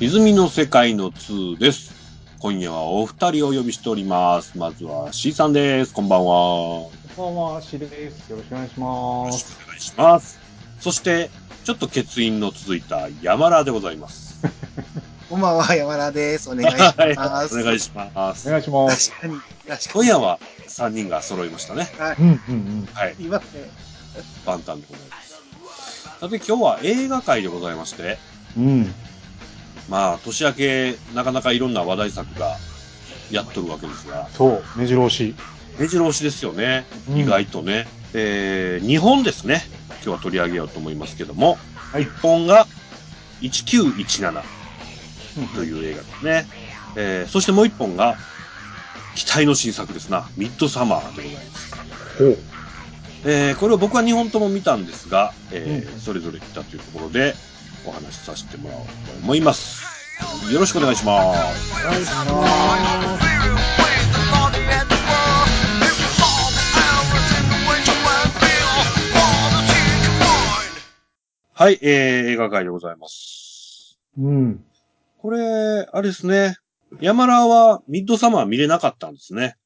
泉の世界の2です。今夜はお二人をお呼びしております。まずは C さんです。こんばんは。こんばんは、しです。よろしくお願いしよまろしす。くお願いします。そして、ちょっと欠員の続いた山田でございます。こんばんは、山田です。お願いしはいます。お願いしまおす。願いします。確かに、確かに。今夜は3人が揃いましたね。うんうんはい、いますね。万端でございます。さて今日は映画界でございまして、うん。うん。まあ年明けなかなかいろんな話題作がやっとるわけですが、そう、目白押し。目白押しですよね。うん意外とね、えー、日本ですね。今日は取り上げようと思いますけども、はい日本が1917という映画ですね。えー、そしてもう一本が、期待の新作ですな。ミッドサマーでございます。ほう。えー、これを僕は2本とも見たんですが、えーうんそれぞれ見たというところで、お話しさせてもらおうと思います。よろしくお願いします。お願いします。はい、えー、映画界でございます。うん。これ、あれですね。山ラはミッドサマー見れなかったんですね。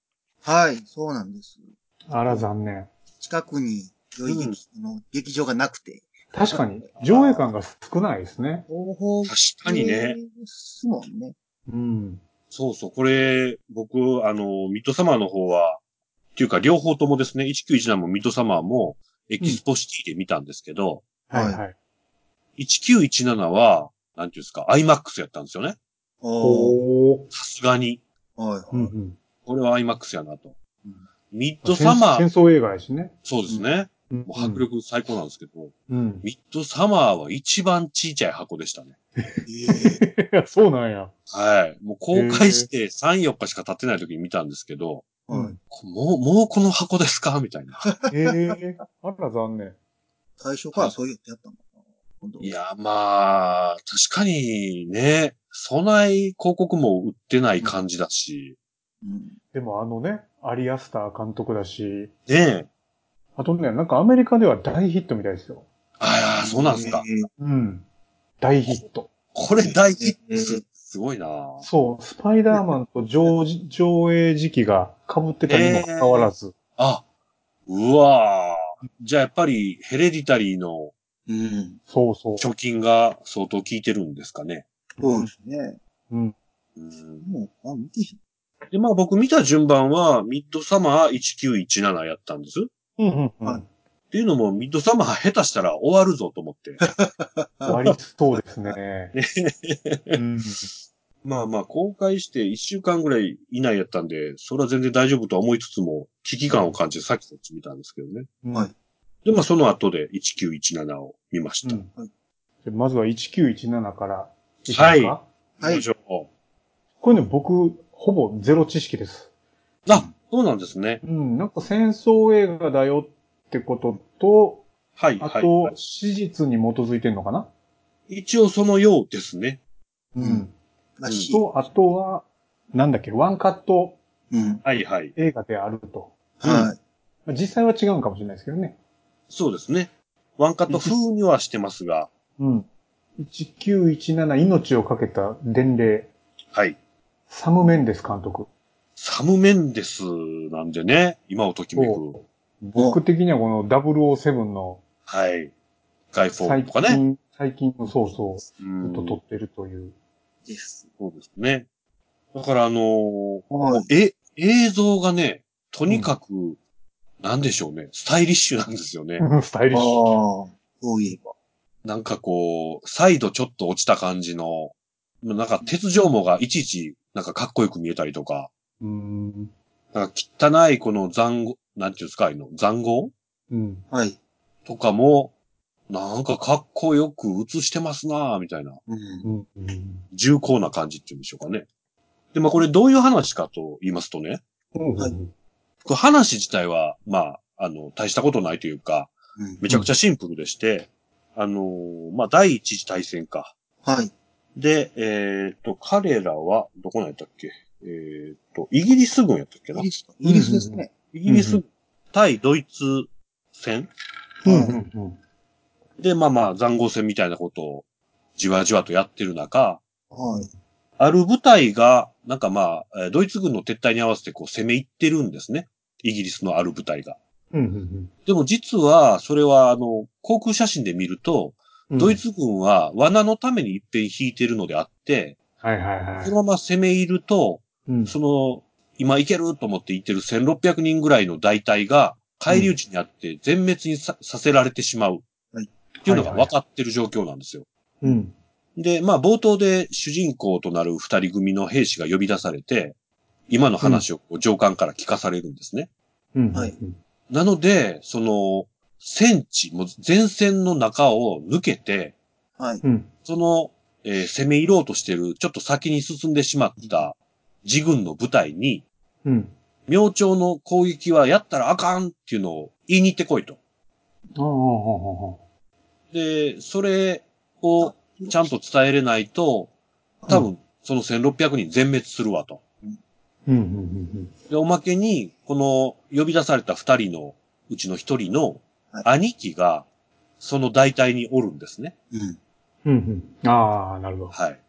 はい、そうなんです。あら、残念。近くに、よい劇、あの劇場がなくて。確かに、上映感が少ないですね。東確かにね。ですもんね。うん。そうそう、これ、僕、あの、ミッドサマーの方は、っていうか両方ともですね、1917もミッドサマーも、エキスポシティで見たんですけど、はいはいはい。 1917は、なんていうんですか、IMAX やったんですよね。おーお。さすがに。はい、はい。うんうん。これは IMAX やなとうん。ミッ戦ドサマ戦ー、争映画やしね。そうですね。うんもう迫。力最高なんですけど、うん。ミッドサマーは一番小さい箱でしたね。ええいや、そうなんや。はい。もう公開して3、4日しか経ってない時に見たんですけど、はい。もう、もうこの箱ですかみたいな。ええ。あら、残念。最初からそういうやったのかな。今度い。や、まあ、確かにね、そない広告も売ってない感じだし、うん。でもあのね、アリアスター監督だし、ねえ。あとね、なんかアメリカでは大ヒットみたいですよ。ああ、そうなんですか。ええうん。大ヒット。これ大ヒットえすえすごいなそう、スパイダーマンと上上映時期が被ってたにもかかわらず、あ、うわーじゃあやっぱりヘレディタリーのうん。そうそう。貯金が相当効いてるんですかね。そうですね。うん。うんもう、あ、見てへん。で、まあ僕見た順番はミッドサマー1917やったんです。うんうんうはん。いっていうのも、ミッドサマー下手したら終わるぞと思って。終わりそうです ね。うん まあまあ、公開して1週間ぐらい以内やったんで、それは全然大丈夫とは思いつつも、危機感を感じてさっきそっち見たんですけどね。はいで、まあその後で1917を見ましうた。んじゃあまずは1917から。はいですかはい以。上これね、僕、ほぼゼロ知識です。あ、そうなんですね。うん。なんか戦争映画だよってことと、はい、あはい。と、史実に基づいてんのかな一応そのようですね。うんうん。らしい。と、あとは、なんだっけ、ワンカットうん。はい、はい。映画であると。はい。まあ実際は違うんかもしれないですけどね。そうですね。ワンカット風にはしてますが、うん。1917命をかけた伝令、はい。サム・メンデス監督。サム・メンデスなんでね、今をときめく。僕的にはこの007のはい。ガイフォー最ムとかね。近、最近のそうそう、ずうっんと撮ってるという。です。そうですね。だからあのーはい。え、映像がね、とにかく、なんでしょうね、スタイリッシュなんですよね。 スタイあリあッシュ。、そういえば。なんかこう、サイドちょっと落ちた感じの、なんか鉄条網がいちいち、なんかかっこよく見えたりとか、うん。なんか汚いこの残酷、なんていうんですか、あの、残酷うん。はい。とかも、なんかかっこよく映してますなぁ、みたいな、うん。うん。重厚な感じっていうんでしょうかね。で、まあこれどういう話かと言いますとね、うんはいこれ話自体は、まあ、あの、大したことないというか、うんめちゃくちゃシンプルでして、あのーまあ、第一次大戦か。はい。で、えーっと、彼らは、どこなんやったっけえーっと、イギリス軍やったっけイなギイリスかイギリスですね。ギリうス対ドイツ戦うんはいうんうんで、まあまあ、残酷戦みたいなことをじわじわとやってる中、はい。ある部隊が、なんかまあ、えードイツ軍の撤退に合わせてこう攻め入ってるんですね。イギリスのある部隊が。うんうんでも実は、それはあの、航空写真で見ると、うん。ドイツ軍は罠のために一遍引いてるのであって、はいはいはそい。のまま攻め入ると、うんその、今行けると思って行ってる1600人ぐらいの大隊が、返り討ちにあって全滅にさ,、させられてしまう。はいっていうのが分かってる状況なんですよ。うん。で、まあ冒頭で主人公となる二人組の兵士が呼び出されて、今の話をこう上官から聞かされるんですね。うん。はいなので、その、戦地、もう前線の中を抜けて、はい。うん。その、えー攻め入ろうとしてる、ちょっと先に進んでしまった自軍の部隊に、うん。明朝の攻撃はやったらあかんっていうのを言いに行ってこいと。ああ、ああ、ああ。で、それをちゃんと伝えれないと、多分その1600人全滅するわと。うんうんで、おまけに、この呼び出された二人のうちの一人のはい兄貴が、その大隊におるんですね。うん。うんうん。うんうん。ああ、なるほど。はい。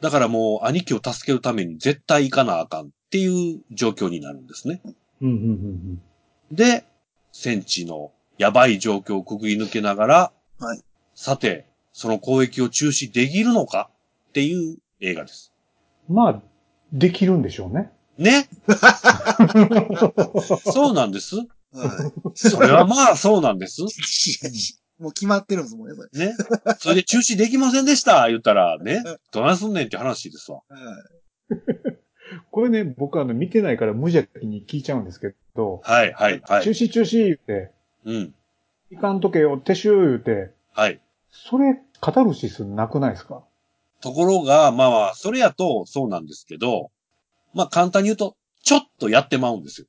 だからもう兄貴を助けるために絶対行かなあかんっていう状況になるんですね。うんうんうんで、戦地のやばい状況をくぐり抜けながら、はいさて、その攻撃を中止できるのかっていう映画です。うん。まあ、できるんでしょうね。 ねそうなんです。はい。それはまあそうなんです。もう決まってるんですもんね、それ。ね。それで中止できませんでした、言ったらね。どないすんねんって話ですわ。はい。これね、僕あの、見てないから無邪気に聞いちゃうんですけど、はい、はい、はい。中止中止言って、うん。いかんとけよ、撤収言って、はい。それ、カタルシスなくないですかところが、まあまあ、それやとそうなんですけど、まあ簡単に言うと、ちょっとやってまうんです よ。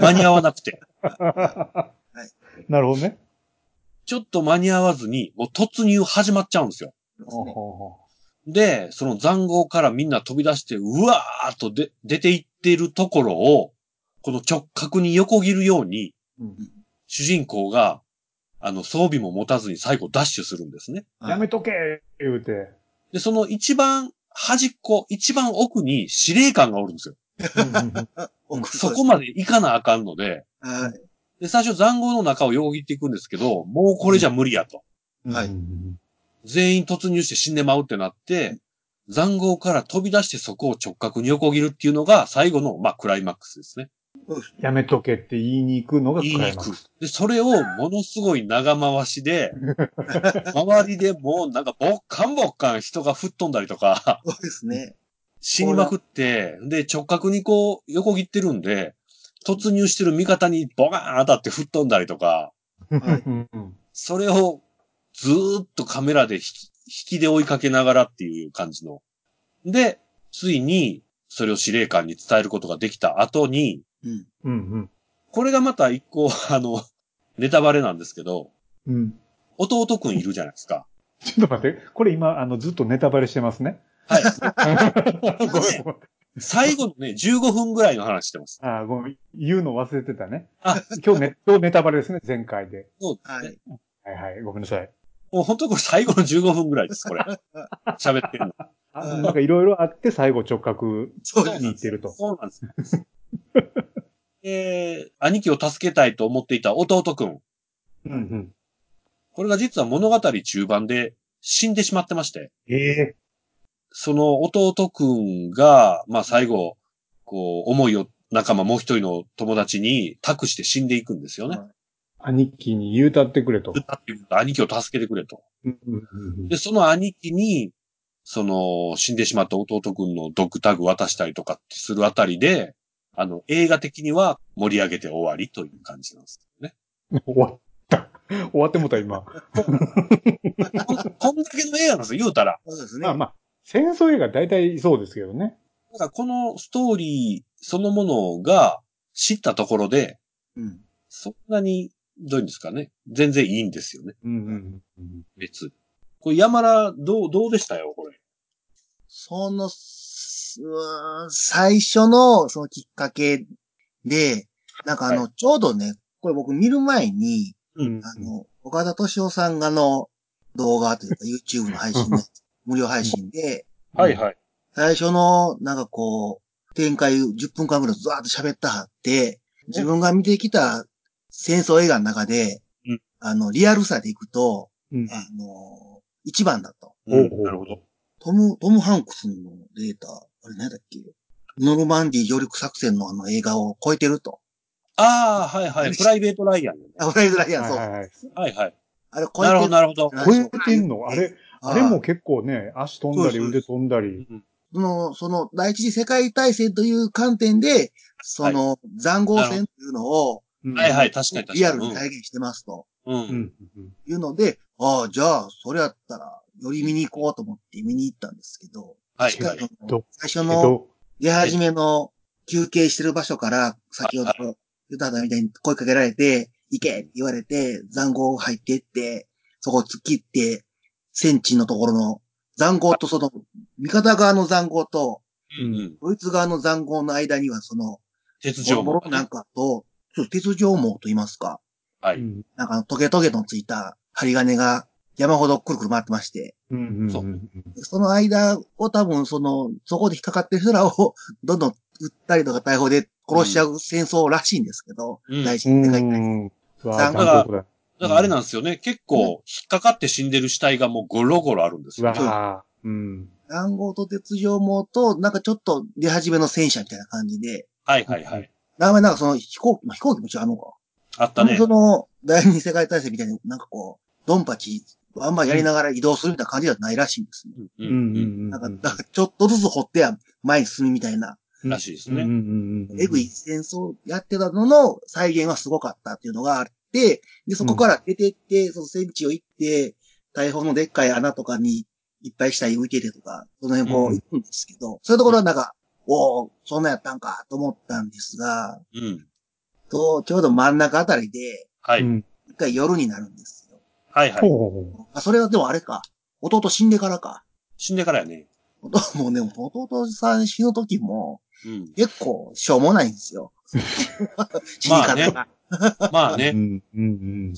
間に合わなくて。なるほどね。ちょっと間に合わずに、もう突入始まっちゃうんですよ。ほうほうほで、その残壕からみんな飛び出して、うわーっとで出ていってるところを、この直角に横切るように、ううん主人公が、あの、装備も持たずに最後ダッシュするんですね。はいやめとけ言うて。で、その一番端っこ、一番奥に司令官がおるんですよ。奥そこまで行かなあかんので、はい。で、最初残壕の中を横切っていくんですけど、もうこれじゃ無理やと。はい全員突入して死んでまうってなって、残壕から飛び出してそこを直角に横切るっていうのが最後の、まあ、クライマックスですね。やめとけって言いに行くのがク言いライにマ行ッくクス。。で、それをものすごい長回しで、周りでもうなんかぼっかんぼっかん人が吹っ飛んだりとか、そうですね。死にまくって、で、直角にこう横切ってるんで、突入してる味方にボカーン当たって吹っ飛んだりとか、はいうんうんそれをずーっとカメラで引き引きで追いかけながらっていう感じの。で、ついにそれを司令官に伝えることができた後に、うん。うんこれがまた一個、 あの、ネタバレなんですけど、うんうん弟くんいるじゃないですか。ちょっと待って、これ今、あの、ずっとネタバレしてますね。 はい。ごめんごめん。最後のね、15分ぐらいの話してます。 あーごめん。言うの忘れてたね。あ今日ね、今日ネタバレですね、前回で。そうですはね。い。はいはい、ごめんなさい。もう本当にこれ最後の15分ぐらいです、これ。喋 ってるの。あうんなんかいろいろあって、最後直角そ うに行ってると。そうなんです。えー、兄貴を助けたいと思っていた弟くん。うんうん。これが実は物語中盤で死んでしまってまして、ええその弟くんが、まあ最後、こう、思いを仲間もう一人の友達に託して死んでいくんですよね。兄貴に言うたってくれと。兄貴を助けてくれと。うんうんうんで、その兄貴に、その、死んでしまった弟くんのドッグタグ渡したりとかってするあたりで、あの、映画的には盛り上げて終わりという感じなんですよね。終わった。終わってもうた、今。こんこんだけの映画なんですよ、言うたら。そうですね。まあまあ、戦争映画大体そうですけどね。だからこのストーリーそのものが知ったところで、うん。そんなに、どういうんですかね。全然いいんですよね、うんうんうん。別に。これ山田、どう、どうでしたよ、これ。その、すうーん最初の、そのきっかけで、なんかあの、はちょうどね、これ僕見る前に、うんあの、岡田敏夫さんがの動画というか YouTube の配信で、無料配信で、はいはい。最初の、なんかこう、展開10分間ぐらいずわーっと喋ったはって、自分が見てきた戦争映画の中で、うんあの、リアルさでいくと、うんあの、一番だと。うんおうおうなるほど。トム、トム・ハンクスのデータ、あれ何だっけノルマンディ上陸作戦のあの映画を超えてると。ああ、はいはい。プライベートライアンね。あ、フライドライアン、はいそう。ははいはい。いはい。あれ超えなるてるほど、。なるほど。超えてんのあれ、ああれも結構ね、足飛んだりそうで腕す飛んだり。うんその、その、第一次世界大戦という観点で、その、残豪戦というのを、うんはいはい、確かに確かに。リアルに体現してますと。うん。う。うんんうんいうので、ああ、じゃあ、それやったら、より見に行こうと思って見に行ったんですけど、はい近はくい。のど最初けのど、出始めの休憩してる場所から、先ほど言ったみたいに声かけられて、行けって言われて、残壕入ってって、そこ突っ切って、戦地のところの残壕とその、味方側の残壕と、うんううんん。ドイツ側の残壕の間には、その、鉄ボ条ロボもロ。なんかと、ちょっと鉄条網と言いますか、はうい。んなんかあのトゲトゲのついた針金が山ほどくるくる回ってまして、うんうんそうその間を多分その、そこで引っかかってる人らをどんどん撃ったりとか逮捕で殺しちゃう戦争らしいんですけど、うん大事うんにうん。うわぁ、残酷残酷だ。だからあれなんですよね。結構、引っかかって死んでる死体がもうゴロゴロあるんですうよわね。ぁ。うん。暗号と鉄条網と、なんかちょっと出始めの戦車みたいな感じで、はいはいはい。名前なんかその飛行機、まあ飛行機も違うのか。あったねそ。の第二次世界大戦みたいになんかこう、ドンパチ、あんまやりながら移動するみたいな感じではないらしいんですね。うんううんんううん。ん。なんか、だからちょっとずつ掘っては前に進むみたいな、らしいですうんうんね。うんうん。エグい戦争やってたのの再現はすごかったっていうのがあって、で、そこから出てって、その戦地を行って、大砲のでっかい穴とかにいっぱい死体浮いててとか、その辺こう行くんですけど、そういうところはなんか、おおそんなんやったんかと思ったんですが、うん。と、ちょうど真ん中あたりで、はうい。ん。一回夜になるんですよ。はいはほい。うほうほう。あ、それはでもあれか。弟死んでからか。死んでからやね。弟もね、弟さん死ぬ時も、うん。結構、しょうもないんです よ。死に方が。ままあうね。んうんうん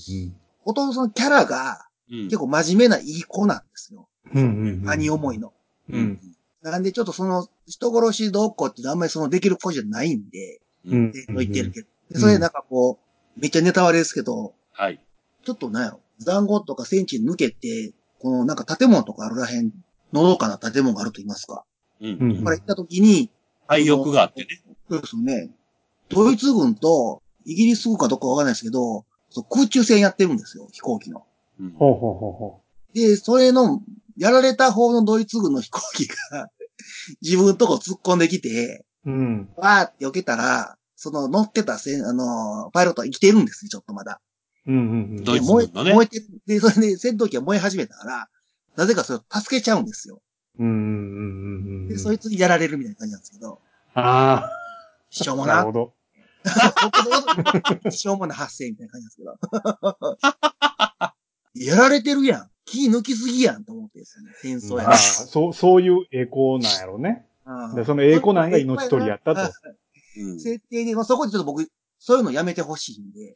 弟さんのキャラが、うん結。構真面目ないい子なんですよ。うん。うんうん。兄思いの。ううんん。なんで、ちょっとその、人殺しどうこうっていうのはあんまりその、できる子じゃないんで、う。うんん。言ってるけど。でうんそれでなんかこう、めっちゃネタ割れですけど、はい。ちょっとなんやろ。残壕とか戦地に抜けて、このなんか建物とかあるらへん、のどかな建物があると言いますか。うんううんんこ。れ行った時に、廃屋があってね。そうですね。ドイツ軍とイギリス軍かどっかわかんないですけど、そう空中戦やってるんですよ、飛行機の。うんほうほうほうほで、それの、やられた方のドイツ軍の飛行機が、 自分のとこ突っ込んできて、う。うん。わーって避けたら、その乗ってたせん、あのーパイロットは生きてるんですね、ちょっとまだ。うんうんうん。ドイツ燃え軍のね燃えてる。で、それで戦闘機が燃え始めたから、なぜかそれを助けちゃうんですよ。うんうんうんうん。で、そいつにやられるみたいな感じなんですけど、あしょうあ。もななるほ。ど。 しょうもない発生みたいな感じですけど。 やられてるやん。気抜きすぎやんと思ってですよね。戦争やまあ、そう、そういう栄光なんやろね。な。でその栄光なんが命取りやったとあうん設定で、まあ、そこでちょっと僕、そういうのやめてほしいんで。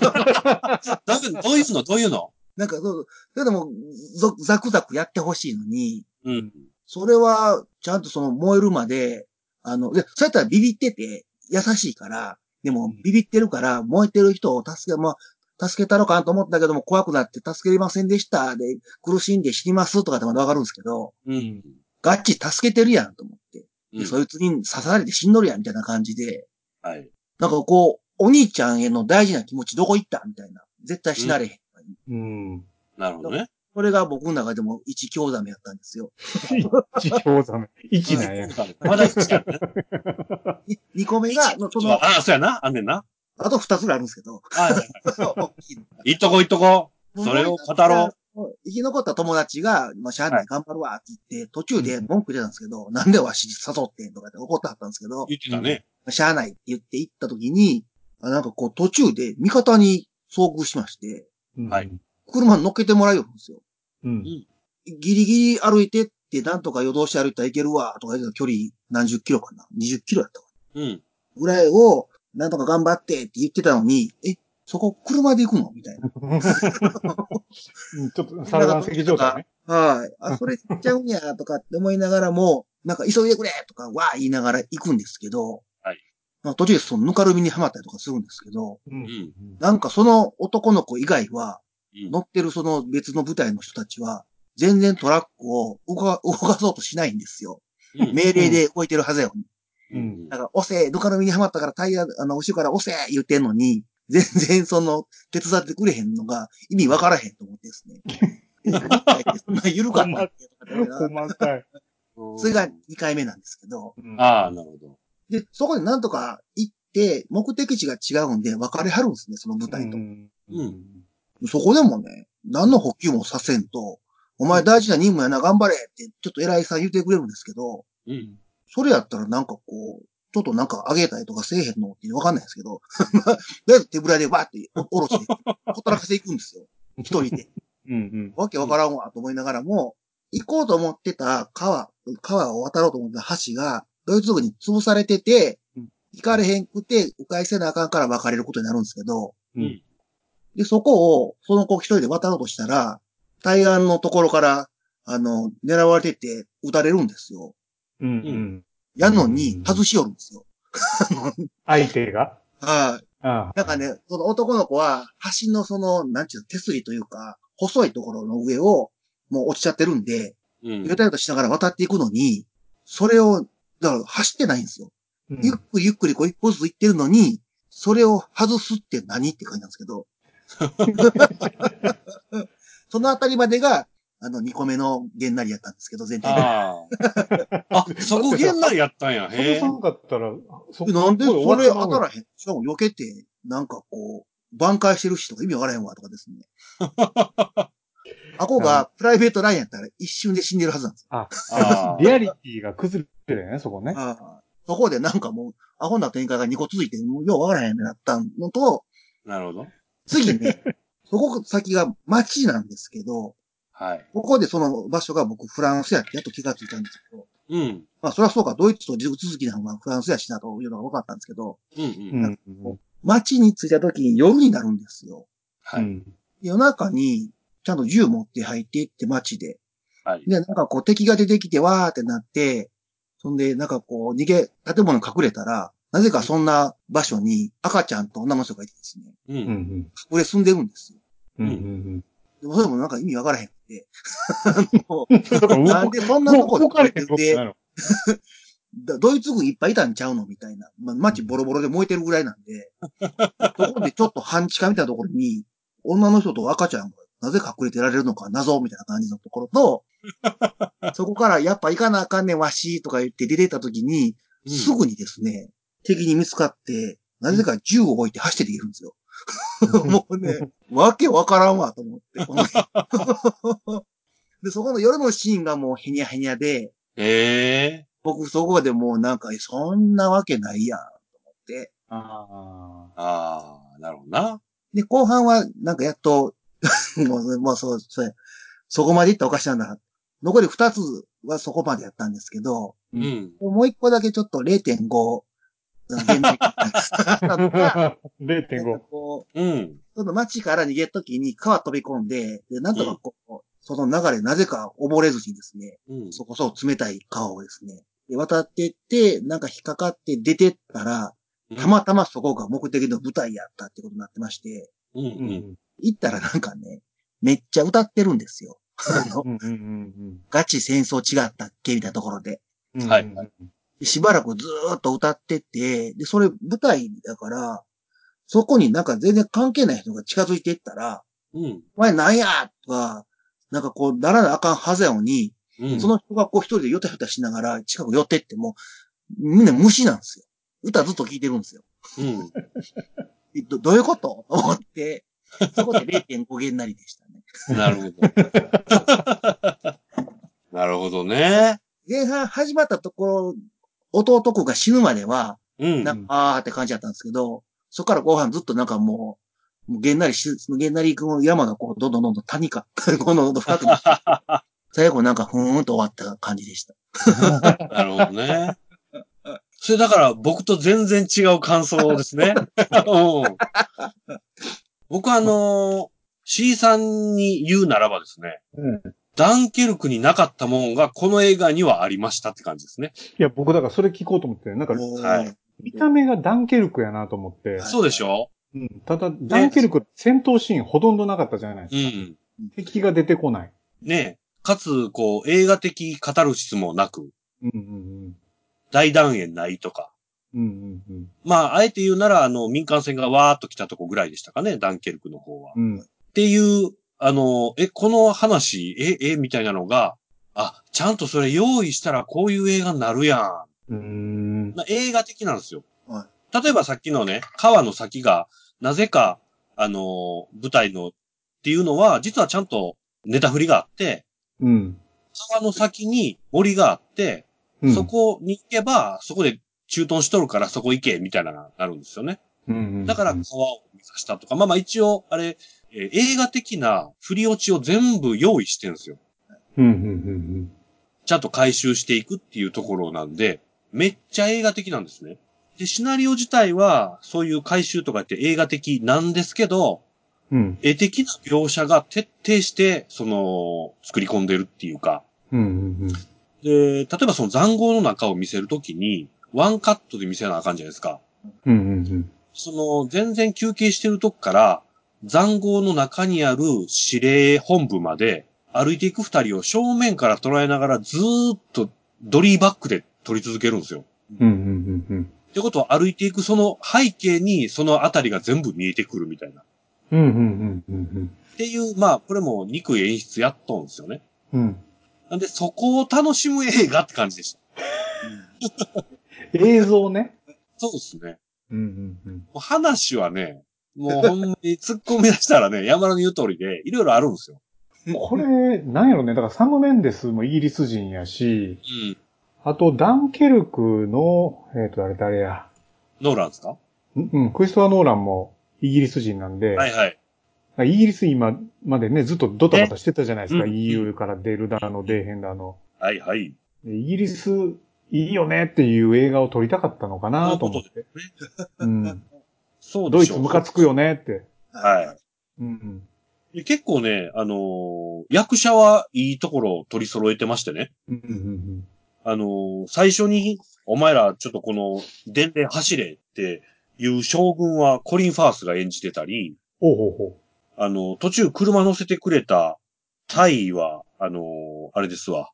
だけどどういうのどういうのなんかそう、それでも、ぞザクザクやってほしいのに、うん。それは、ちゃんとその燃えるまで、あの、で、そうやったらビビってて、優しいから、でも、ビビってるから、燃えてる人を助け、まあ、助けたのかなと思ったけども、怖くなって助けれませんでした。で、苦しんで死にますとかってまだわかるんですけど、うん。ガッチ助けてるやんと思って。うでんそいつに刺されて死んどるやんみたいな感じで、はい。なんかこう、お兄ちゃんへの大事な気持ちどこ行ったみたいな。絶対死なれへん。うん。なるほどね。これが僕の中でも一強ザメやったんですよ。一興ざめ。一なんや。まだ1だね。に二個目が、のその、ああ、そうやな。あんねんな。あと二つぐらいあるんです けど。はいはい。大きいのいっとこういっとこう。それを語ろう。生き残った友達が、まあ、しゃあなはい頑張るわって言って、途中で文句出たんですけど、なんでわし誘ってんとかって怒ってはったんですけどう。、言ってたね。しゃあないって言って行った時に、あなんかこう途中で味方に遭遇しまして、 はい。車に乗っけてもらえるんですよ。うん。ギリギリ歩いてって、なんとか夜通し歩いたらいけるわ、とか言うけど距離何十キロかな ?20 キロやったかうん。なぐらいを、なんとか頑張ってって言ってたのに、え、そこ車で行くのみたいな。うんちょっとサラダ石状態ね。はい。あ、それ行っちゃうんや、とかって思いながらも、なんか急いでくれとか、わー言いながら行くんですけど、はい。まあ途中でそのぬかるみにはまったりとかするんですけど、うんん。なんかその男の子以外は、うん乗ってるその別の部隊の人たちは、全然トラックを動か動かそうとしないんですよ。うん命令で動いてるはずやのに。うんなんか、押せ、ぬかるみにはまったからタイヤ、あの、後ろから押せ言ってんのに、 全然その、手伝ってくれへんのが意味わからへんと思ってですね。そんな緩かったっけとかって思いながら細かい。それが2回目なんですけど。ああ、なるほど。で、そこでなんとか行って、目的地が違うんで分かれはるんですね、その舞台と。うんうんそこでもね、何の補給もさせんと、お前大事な任務やな、頑張れって、ちょっと偉いさん言ってくれるんですけど、うん。それやったらなんかこう、ちょっとなんかあげたりとかせえへんのってわかんないですけど、 とりあえず手ぶらでわーっておおろして、ほったらかしていくんですよ。一人で。うんわけわからんわと思いながらも、行こうと思ってた川、川を渡ろうと思ってた橋が、ドイツ軍に潰されててうん、行かれへんくて、迂回せなあかんから別れることになるんですけど、うんで、そこを、その子一人で渡ろうとしたら、対岸のところから、あの、狙われてて、撃たれるんですよ。うんうん。やのに、外しよるんですよ。相手がはい。あなんかね、その男の子は、橋のその、なんちゅうの、手すりというか、細いところの上を、もう落ちちゃってるんで、うんゆ。たゆたしながら渡っていくのに、それを、だから走ってないんですよ。うんゆっくりゆっくりこう一歩ずつ行ってるのに、それを外すって何って感じなんですけど。 そのあたりまでが、あの、2個目のげんなりやったんですけど、全体的にああ。あ、そこ変なんやったんや。そこへえさ。んかったら、そでなんでこそれ終わった当ちゃうらへんしかも避けて、なんかこう、挽回してる人が意味わからへんわとかですね。あこがプライベートラインやったら一瞬で死んでるはずなんですよ。ああリアリティが崩れてるよね、そこね。ああそこでなんかもう、アホな展開が2個続いて、もうようわからへんってなったのと、なるほど。次 ね、そこ先が街なんですけど、はい。ここでその場所が僕フランスやってやっと気がついたんですけど、うん。まあそりゃそうか、ドイツと地続きなのはフランスやしなというのが分かったんですけど、うんう。うんん。街に着いた時に夜になるんですよ。はうい。ん夜中に、ちゃんと銃持って入っていって街で。はい。で、なんかこう敵が出てきてわーってなって、そんで、なんかこう逃げ、建物に隠れたら、なぜかそんな場所に赤ちゃんと女の人がいてですね、うん。うんうん隠れ住んでるんですよ。うんうんでもそれもなんか意味わからへんくて。だからあの、なんでそんなともこう動かれへんでことに なるだドイツ軍いっぱいいたんちゃうのみたいな。まあ、街ボロボロで燃えてるぐらいなん で、そこでちょっと半地下みたいなところに、女の人と赤ちゃんがなぜ隠れてられるのか謎みたいな感じのとこ ろと、そこからやっぱ行かなあかんねんわしとか言って出てった時うに、んすぐにですね、敵に見つかって、なぜか銃を置いて走って逃げるんですよ。 もうね、わけわからんわと思って。こ の辺で、そこの夜のシーンがもうヘニャヘニャで、へえ。僕そこでもうなんか、そんなわけないやん、と思って。あああ、なるほどな。で、後半は、なんかやっと、 もう、もうそう、そうやそこまでいったらおかしなんだ。残り二つはそこまでやったんですけど、う。うんもう一個だけちょっと0.5、現代なのがあ。なんか0.5。 こううん。その街から逃げるときに川飛び込んで、で、なんとかこう、その流れなぜか溺れずにですね、うん。そこそこ冷たい川をですね、で渡ってって、なんか引っかかって出てったら、たまたまそこが目的の舞台やったってことになってまして、うんううん。ん行ったらなんかね、めっちゃ歌ってるんですよ。あのうんうん ガチ戦争違ったっけみたいなところで。うんうん。はいでしばらくずーっと歌ってて、で、それ舞台だから、そこになんか全然関係ない人が近づいていったら、うん。お前なんやとか、なんかこう、ならなあかんはずやのに、うん。その人がこう一人でヨタヨタしながら近く寄ってっても、みんな無視なんですよ。歌ずっと聴いてるんですよ。うん。えど、どういうことと思って、そこで0.5元なりでしたね。 なるほど。 なるほどね。前半始まったところ、弟くんが死ぬまでは、うん。なんか、あーって感じだったんですけど、そこから後半ずっとなんかもう、もうげんなりし、そのげんなりくんの山がこう、どんどんどんどん谷か、 このどんどん深くなって、最後なんかふーんと終わった感じでした。なるほどね。 それだから僕と全然違う感想ですね。うん。僕はあのー、C さんに言うならばですね、うん。ダンケルクになかったもんがこの映画にはありましたって感じですね。いや、僕だからそれ聞こうと思って、なんか、ははい見た目がダンケルクやなと思って、はいそうでしょうん、ただ、ダンケルク戦闘シーンほとんどなかったじゃないですうか。ん。敵が出てこない。ねえ。かつ、こう、映画的カタルシスもなく、うんうん大団円ないとか。うん。うんうんまあ、あえて言うなら、あの、民間船がわーっと来たとこぐらいでしたかね、ダンケルクの方は。うっん。うん。ていう、あの、え、この話、え、え、みたいなのが、あ、ちゃんとそれ用意したらこういう映画になるやん。うーん。な映画的なんですよ。は例えばさっきのね、川の先が、なぜか、あのー舞台のっていうのは、実はちゃんとネタ振りがあって、うん。川の先に森があって、うんそ。こに行けば、そこで駐屯しとるからそこ行け、みたいなのがなるんですよね。うんうんうんだから川を目指したとか、まあまあ一応、あれ、えー映画的な振り落ちを全部用意してるんですよ。うんうんうんちゃんと回収していくっていうところなんで、めっちゃ映画的なんですね。で、シナリオ自体は、そういう回収とかって映画的なんですけど、うん。うん。絵的な描写が徹底して、その、作り込んでるっていうか、うんうんうん。で、例えばその残壕の中を見せるときに、ワンカットで見せなあかんじゃないですか。うんうんその、全然休憩してるとこから、残壕の中にある指令本部まで歩いていく二人を正面から捉えながらずーっとドリーバックで撮り続けるんですよ。うん。うんうんうんうん。ってことは歩いていくその背景にそのあたりが全部見えてくるみたいな。うんうんうんうんっていう、まあ、これも憎い演出やっとんですよね。うん。うん。なんで、そこを楽しむ映画って感じでした。映像ね。そうですね。うんうんもう話はね、もうほんまに突っ込み出したらね、山田の言う通りで、いろいろあるんですよ。うん。これ、なんやろね。だからサム・メンデスもイギリス人やし、うん。あと、ダンケルクの、えっ、と、あれ誰や。ノーランですか、んうん、クリストファー・ノーランもイギリス人なんで、はいはい。イギリス今までね、ずっとドタバタしてたじゃないですか。ねうん EU から出るだの、出えへんだの。はいはい。でイギリス、いいよねっていう映画を撮りたかったのかなと思って。そういうことですね。 うん。そうドでイしょツう。ムカつくよねって。はうんい。結構ね、あのー役者はいいところを取り揃えてましてね。うん。うんうんあのー最初に、お前らちょっとこの、伝令走れっていう将軍はコリン・ファースが演じてたり、ほうほうほあの、途中車乗せてくれたタイは、あのーあれですわ。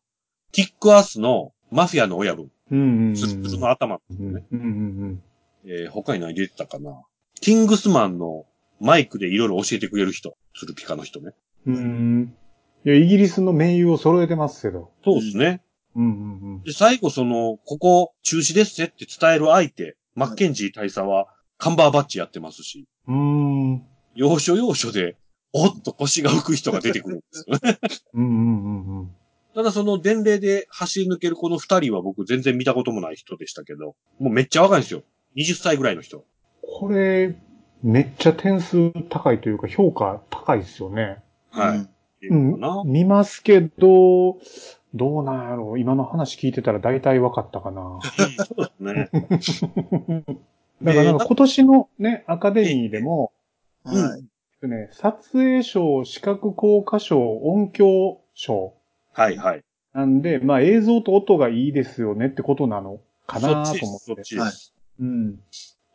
キックアースのマフィアの親分。う。うんうんうん。ツルツルの頭。うんうんうんえー他に何出てたかな。キングスマンのマイクでいろいろ教えてくれる人。ツルピカの人ね。うん。うん。いや、イギリスの名優を揃えてますけど。そうですね。うんうんうん。で、最後その、ここ中止ですねって伝える相手、マッケンジー大佐はカンバーバッチやってますし、うーん。要所要所で、おっと腰が浮く人が出て くるんですよね。うんうんうんうん。ただその伝令で走り抜けるこの二人は僕全然見たこともない人でしたけど、もうめっちゃ若いんですよ。20歳ぐらいの人。これ、めっちゃ点数高いというか、評価高いですよね。はい。い。っていううのんかな。。見ますけど、どうなんやろう。今の話聞いてたら大体分かったかな。そうですね。 だからなんえかー今年のね、アカデミーでも、はい。ね、撮影賞、視覚効果賞、音響賞はいはい。なんで、まあ映像と音がいいですよねってことなのかなそっちとで思す。そってっ。ちです。うん。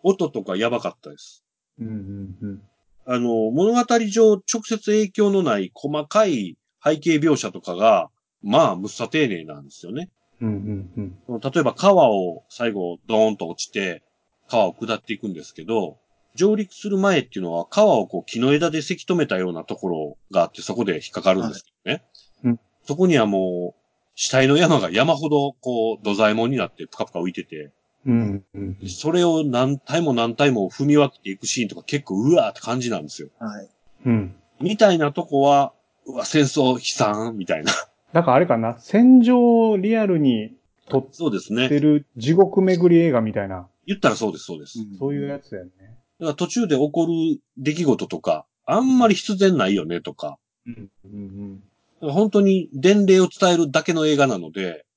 音とかやばかったです。うんうんうん。あの、物語上直接影響のない細かい背景描写とかが、まあ、むっさ丁寧なんですよね。うんうんうん。その例えば川を最後ドーンと落ちて、川を下っていくんですけど、上陸する前っていうのは川をこう木の枝でせき止めたようなところがあってそこで引っかかるんですけどね。はいうんそこにはもう死体の山が山ほどこう土左衛門になってぷかぷか浮いてて、うんうんうん。それを何体も何体も踏み分けていくシーンとか結構うわーって感じなんですよ。はい。うん。みたいなとこは、うわ、戦争悲惨みたいな。 だからあれかな、戦場をリアルに撮っそうですてね。る地獄巡り映画みたいな、言ったらそうです、そうです。そういうやつだよね。だから途中で起こる出来事とか、あんまり必然ないよねとか、うん。うんだから本当に伝令を伝えるだけの映画なので、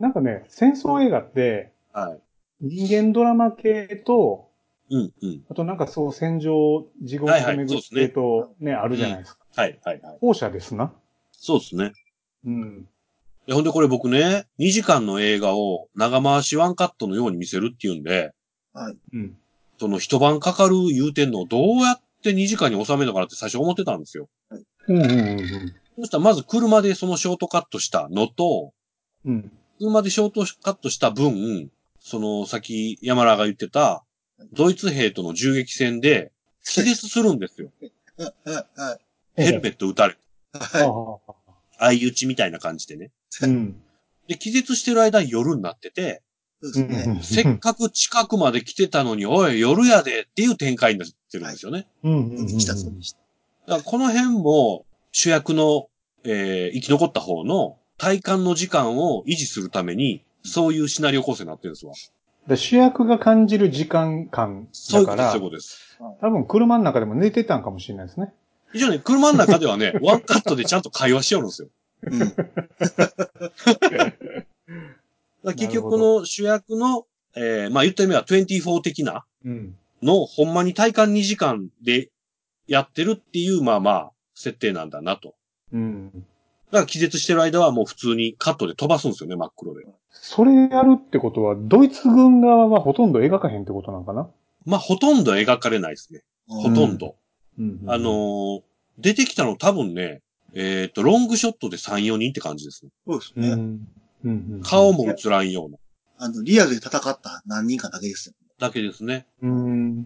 なんかね、戦争映画って、はい。人間ドラマ系とうん、うん。あとなんかそう、戦場、地獄をはいはい巡るそうですね系とね、あるじゃないですか。はい、はい、はい。後者ですな。そうですね。うん。いやほんでこれ僕ね、2時間の映画を長回しワンカットのように見せるっていうんで、はい。うん。その一晩かかる言うてんのをどうやって2時間に収めるのかなって最初思ってたんですよ。うんうんうんそしたらまず車でそのショートカットしたのと、うん。うん。車でショートカットした分、その、さっき山田が言ってた、ドイツ兵との銃撃戦で、気絶するんですよ。はい。はい。ヘルメット撃たれて。はい。ああ相打ちみたいな感じでね。うん。で、気絶してる間に夜になってて、そうでうすんうね。ん。せっかく近くまで来てたのに、おい、夜やでっていう展開になってるんですよね。うんうんうそうんでした、そうでした。だからこの辺も、主役の、えー生き残った方の体感の時間を維持するために、そういうシナリオ構成になってるんですわ。で主役が感じる時間感そういだうこかとです、らそういう、ことです。多分車の中でも寝てたんかもしれないですね。一応ね、車の中では ね、ワンカットでちゃんと会話しよるんですよ。うん。だから結局こなるの主役の、えー、まあ言った意味は24的なうん。のをほんまに体感2時間でやってるっていう、まあまあ、設定なんだなと。うん。だから気絶してる間はもう普通にカットで飛ばすんですよね、真っ黒で。それやるってことは、ドイツ軍側はほとんど描かへんってことなのかなまあほとんど描かれないですね。ほとんど。うんあの、ー出てきたの多分ね、えっ、と、ロングショットで3、4人って感じですね。そうですうん。うね。んうん。顔も映らんような。あの、リアルで戦った何人かだけですよ。だけですね。うん。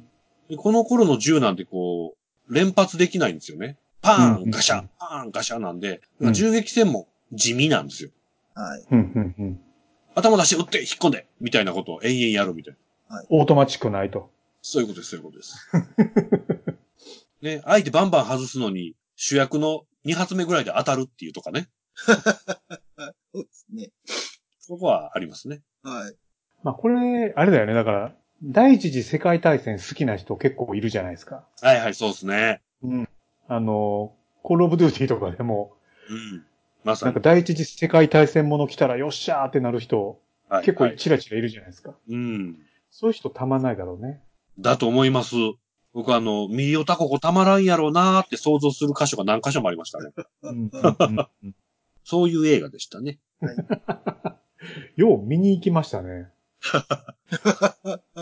でこの頃の銃なんてこう、連発できないんですよね。パうんうーんうン、んガシャン、パーン、ガシャンなんで、うん銃撃戦も地味なんですよ。はい。うんうんうん。頭出して撃って、引っ込んで、みたいなことを延々やるみたいな。オートマチックないと。そういうことです、そういうことです。 ね、相手バンバン外すのに、主役の2発目ぐらいで当たるっていうとか ね。そうですね。そこはありますね。はい。まあこれ、あれだよね。だから、第一次世界大戦好きな人結構いるじゃないですか。はいはい、そうですね。うん。あの、コールオブデューティーとかでも、うん。まさなんにか。第一次世界大戦もの来たらよっしゃーってなる人、はい結は構いチラチラいるじゃないですか。うん。そういう人たまんないだろう ね。だと思います。僕あの、ミリオタココたまらんやろうなーって想像する箇所が何箇所もありましたね。うんうんうんそういう映画でしたね。よう見に行きました ね。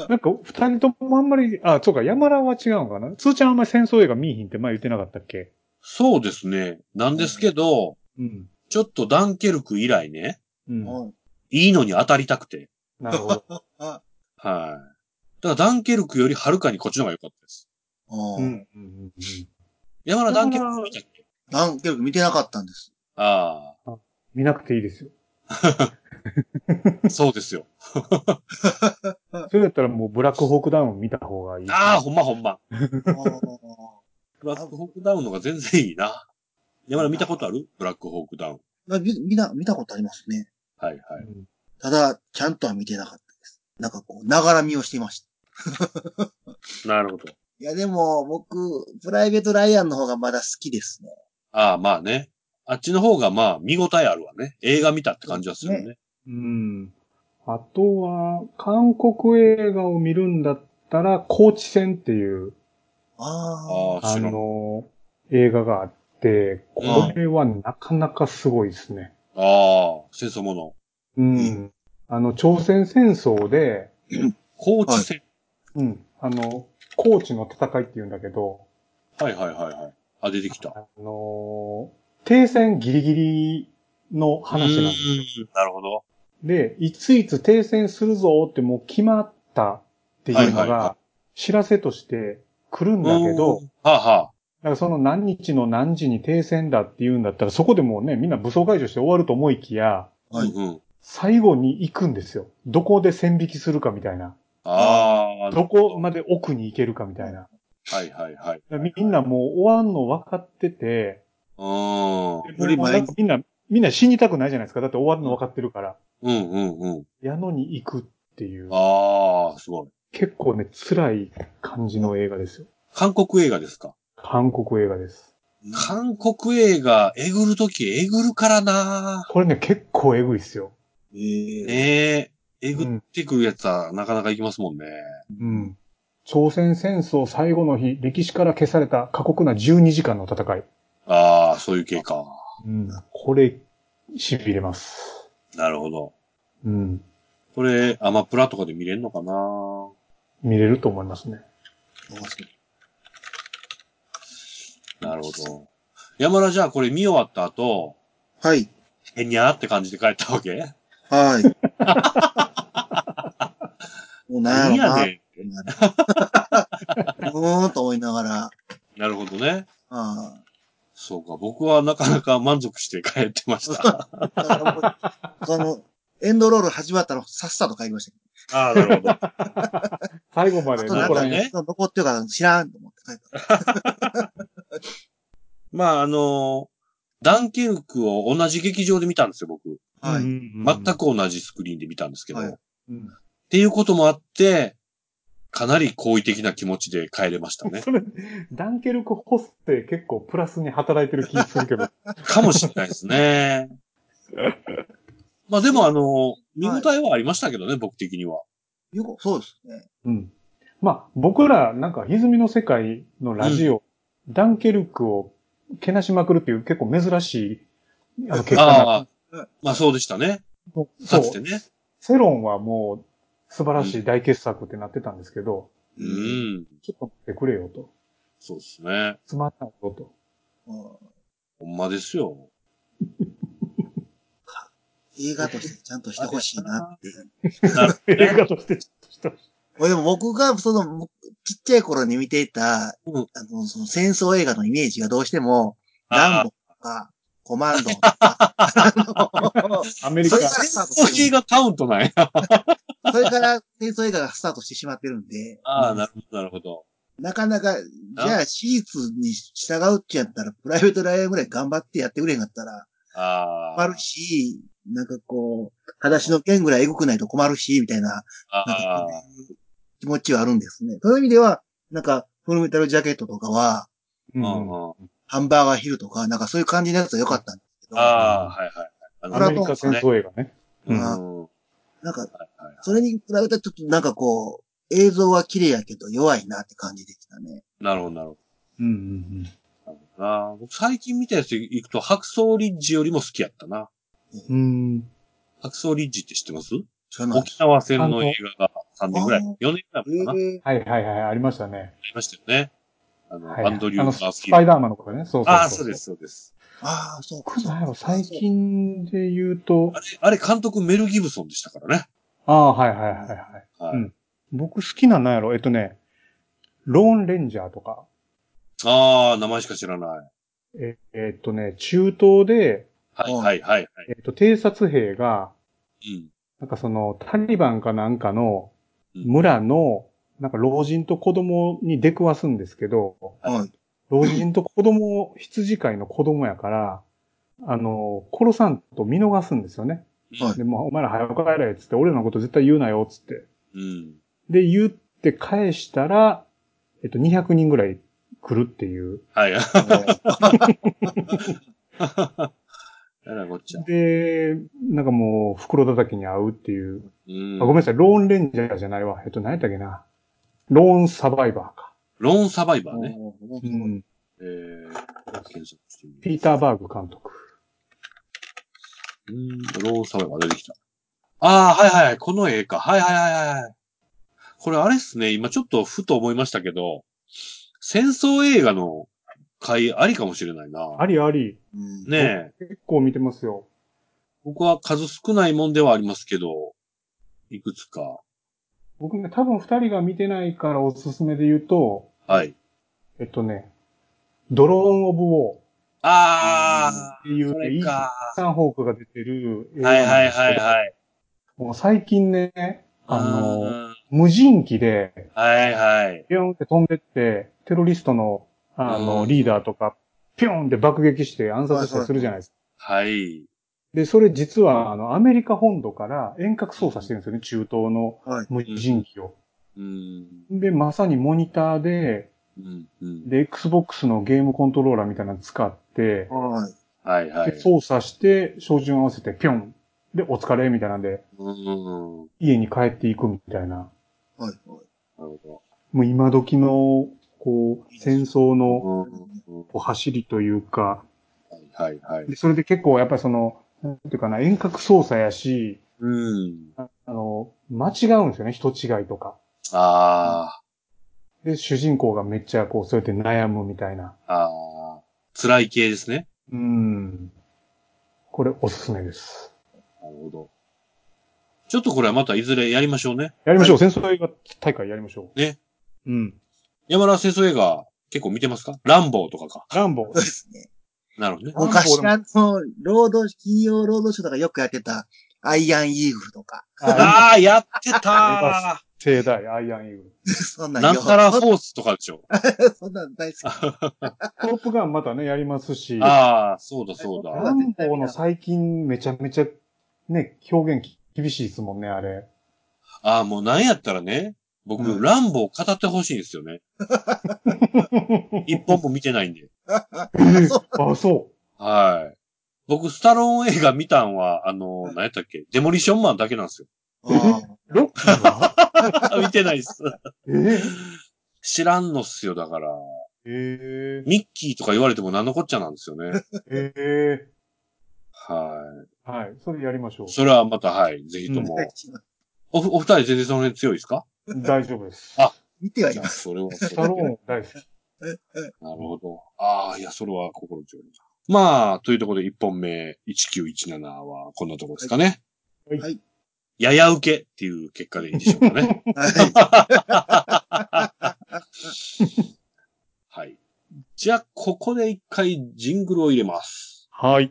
なんか、二人ともあんまり、あ、そうか、山田は違うのかなつーちゃんあんまり戦争映画見えひんって前言ってなかったっけそうですね。なんですけど、うん。ちょっとダンケルク以来ね、うん。はい。いいのに当たりたくて。なるほど。はあ、い。だからダンケルクよりはるかにこっちの方が良かったです。あ うんうんあ。うんうん山田ダンケルク見たっけなん、結構見てなかったんです。あ見なくていいですよ。あ、そうです よ。それだったらもうブラックホークダウン見た方がいい。ああ、ほんまほんま。ああブラックホークダウンのが全然いいな。山田見たことあるブラックホークダウン。まあみ見な、見たことありますね。はいはい。うんただ、ちゃんとは見てなかったです。なんかこう、ながら見をしていました。なるほど。いや、でも、僕、プライベートライアンの方がまだ好きですね。ああ、まあね。あっちの方がまあ見応えあるわね。映画見たって感じはするね。うん。あとは、韓国映画を見るんだったら、高知戦っていう、ああ。ああ、あ知らん。の、映画があって、これはなかなかすごいですね。ああ、戦争もの。うん。うんあの、朝鮮戦争で、高知戦。うん。あの、高知の戦いって言うんだけど、はいはいはいはい。あ、出てきた。あの、停戦ギリギリの話なんですうよ。んなるほど。で、いついつ停戦するぞってもう決まったっていうのはいはいはが、知らせとして来るんだけど、うん、はあはだからその何日の何時に停戦だって言うんだったら、そこでもうね、みんな武装解除して終わると思いきや、あ。はいうんうん、最後に行くんですよ。どこで線引きするかみたいな。ああ、どこまで奥に行けるかみたいな。はいはいはい。だからみみんなもう終わんの分かってて、うよりもう前なんにかみんな、みんな死にたくないじゃないですか。だって終わるの分かってるから。ん。うんうんうん。矢野に行くっていう、ああ、すごい。結構ね、辛い感じの映画ですよ。韓国映画ですか韓国映画です。韓国映画、えぐるときえぐるからなこれね、結構エグいっすよ。ええねえ、えぐってくるやつはなかなかいきますもんね。うん。朝鮮戦争最後の日、歴史から消された過酷な12時間の戦い。ああ、そういう系か。うん。これ、痺れます。なるほど。うん。これ、アマプラとかで見れるのかな見れると思いますね。なるほど。山田じゃあこれ見終わった後、はい。へにゃーって感じで帰ったわけはい。もうな何んやろやな。ねうーんと思いながら。ん。なるほどね。あそうか。僕はなかなか満足して帰ってました。あ。だからもうその、エンドロール始まったらさっさと帰りました けああ、なるほど。最後までど。なあるほ残どとらなんんやねか、残ってるから知らんと思って帰った。まあ、あのーダンケルクを同じ劇場で見たんですよ、僕。はい。全く同じスクリーンで見たんですけど。はいうん。っていうこともあって、かなり好意的な気持ちで帰れましたね。それ、ダンケルクホスって結構プラスに働いてる気するけど。かもしれないです ね。まあでもあの、見応えはありましたけどね、僕的には。よくそうですね。うん。まあ、僕ら、なんか、歪みの世界のラジオ、ダンケルクをけなしまくるっていう結構珍しい、あの、結果なああ、 まあそうでしたね。のそかうつて。ね。世論はもう、素晴らしい大傑作ってなってたんですけど、ううんん。ちょっと待ってくれよと。そうですね。つまんないぞと。ほんまですよ。映画としてちゃんとしてほしいなっていう。なるほど 映ね画としてちょっとした。これでも僕が、その、僕ちっちゃい頃に見ていた、うんあの、その戦争映画のイメージがどうしても、ランあボとか、コマ ンドとか、アメあ、リカそそれれ、それがカウントなんや。それから戦争映画がスタートしてしまってるんで、ああ、なるほど、なるほど。なかなか、じゃあ史実に従うってやったら、プライベートライアンぐらい頑張ってやってくれへんかったら、あ困るし、なんかこう、裸足の剣ぐらいエグくないと困るし、みたいな、あ、なんあかあ、そういう気持ちはあるんですね。そういう意味では、なんか、フルメタルジャケットとかは、ううんんうんハンバーガーヒルとか、なんかそういう感じのやつは良かったんですけど、ああ、はいはいはい。あのアメリカ戦争映画ね。ううんんはなんか、いはいそれに比べたらちょっとなんかこう、映像は綺麗やけど弱いなって感じでしたね。なるほど、なるほど。うんうんなるほどな僕最近見たやつ行くと、白草リッジよりも好きやったな。うん。うん。白草リッジって知ってます知らないです。沖縄戦の映画が3年ぐらい、あー4年ぐらい前かな、ありえはいはいはい、ありましたね。ましたよね。あの、はい、アンドリュあー・のガーフスィーパイルド。ダーマンのことね。そうそうそう。ああ、そうです、。そうです。ああ、そうか。僕そうなんかやろ最。近で言うとあ、れ、あれ監督メル・ギブソンでしたからね。ああ、はいはいはいはい。はい。うん僕好きなんなんやろえっとね、ローンレンジャーとか、ああ、名前しか知らない。ええっとね、中東で、はい、うんはい、はい、はい。えっと、偵察兵が、うん。なんかその、タリバンかなんかのうん村の、なんか老人と子供に出くわすんですけど、 はい。老人と子供を、羊飼いの子供やから、あの、殺さんと見逃すんですよね。はいで、もうお前ら早く帰れ、つって、俺らのこと絶対言うなよ、つって。うん。で、言って返したら、えっと、200人ぐらい来るっていう。はい。 やらこっちゃ。で、なんかもう、袋叩きに合うっていう。うんあ。ごめんなさい、ローンレンジャーじゃないわ。えっと、何やったっけな。ローンサバイバーか。ローンサバイバーね。おーうん。えー、検索してみようピーター・バーグ監督。うーん、ローサバが出てきた。ああ、はいはいはい、この絵か。はいはいはいはいはい。これあれっすね、今ちょっとふと思いましたけど、戦争映画の回ありかもしれないな。ありあり。うんねえ。結構見てますよ。僕は数少ないもんではありますけど、いくつか。僕ね、多分二人が見てないからおすすめで言うと、はい。えっとね、ドローン・オブ・ウォー。ああ、うんっていうこれか。サンホークが出てる映画はいなはんいですけど。はいはい。もう最近ね、あの、うん無人機で、はいはい。ピョンって飛んでって、テロリストの、あうの、んリーダーとか、ピョンって爆撃して暗殺したりするじゃないですか。はい。で、それ実は、あの、アメリカ本土から遠隔操作してるんですよね、中東のはい。無人機を。うん。で、まさにモニターで、うん。うん。で、Xbox のゲームコントローラーみたいなの使って、はい。はいはいで。操作して、照準合わせて、ピョンで、お疲れみたいなんで、うん。なる家に帰っていくみたいな。はい。ほど。もう今時の、こう、戦争のうんこう走りというか、はいはい。でそれで結構やっぱりその、なんていうかな、遠隔操作やし、うん。ああの、間違うんですよね、人違いとか。あで、主人公がめっちゃこう、そうやって悩むみたいな。あ、ああ、辛い系ですね。うん。これおすすめです。なるほど。ちょっとこれはまたいずれやりましょうね。やりましょう、戦争映画大会やりましょう。ね。うん。山田戦争映画結構見てますかランボーとかか。ランボ そうー。ですね。なるほどね。昔あの、労働、金曜労働省とかよくやってた、アイアンイーグルとか、ああ、やってあた盛大、アイアンイーグル。そんなーんなんたらフそォースとかでしょ。 そんなん 大好き。トップガンまたね、やりますし。ああ、そうだそうだ。ランボーの最近めちゃめちゃ、ね、表現き厳しいですもんね、あれ。ああ、もうなんやったらね、僕、うんランボー語ってほしいんですよね。一本も見てないんで。 あ、そはい。僕、スタローン映画見たんは、あのは、い何やったっけデモリションマンだけなんですよ。 あーう。ロッキーは見てないっす。 えー知らんのっすよ、だから。えーミッキーとか言われても何のこっちゃなんですよ ね。ええははい。それやりましょうい。。それはまた、はい、ぜひ とも。おふお二人全然その辺強いですか大丈夫です。見てはいいや、ます。それはスそタれロで。ーン大好き。なるほど。ああ、いや、それは心強いな。まあ、というところで1本目、1917はこんなところですかね。はいはいやや受けっていう結果でいいでしょうかね。はい。はい。じゃあ、ここで一回ジングルを入れます。はい。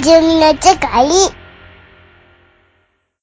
基準の世界。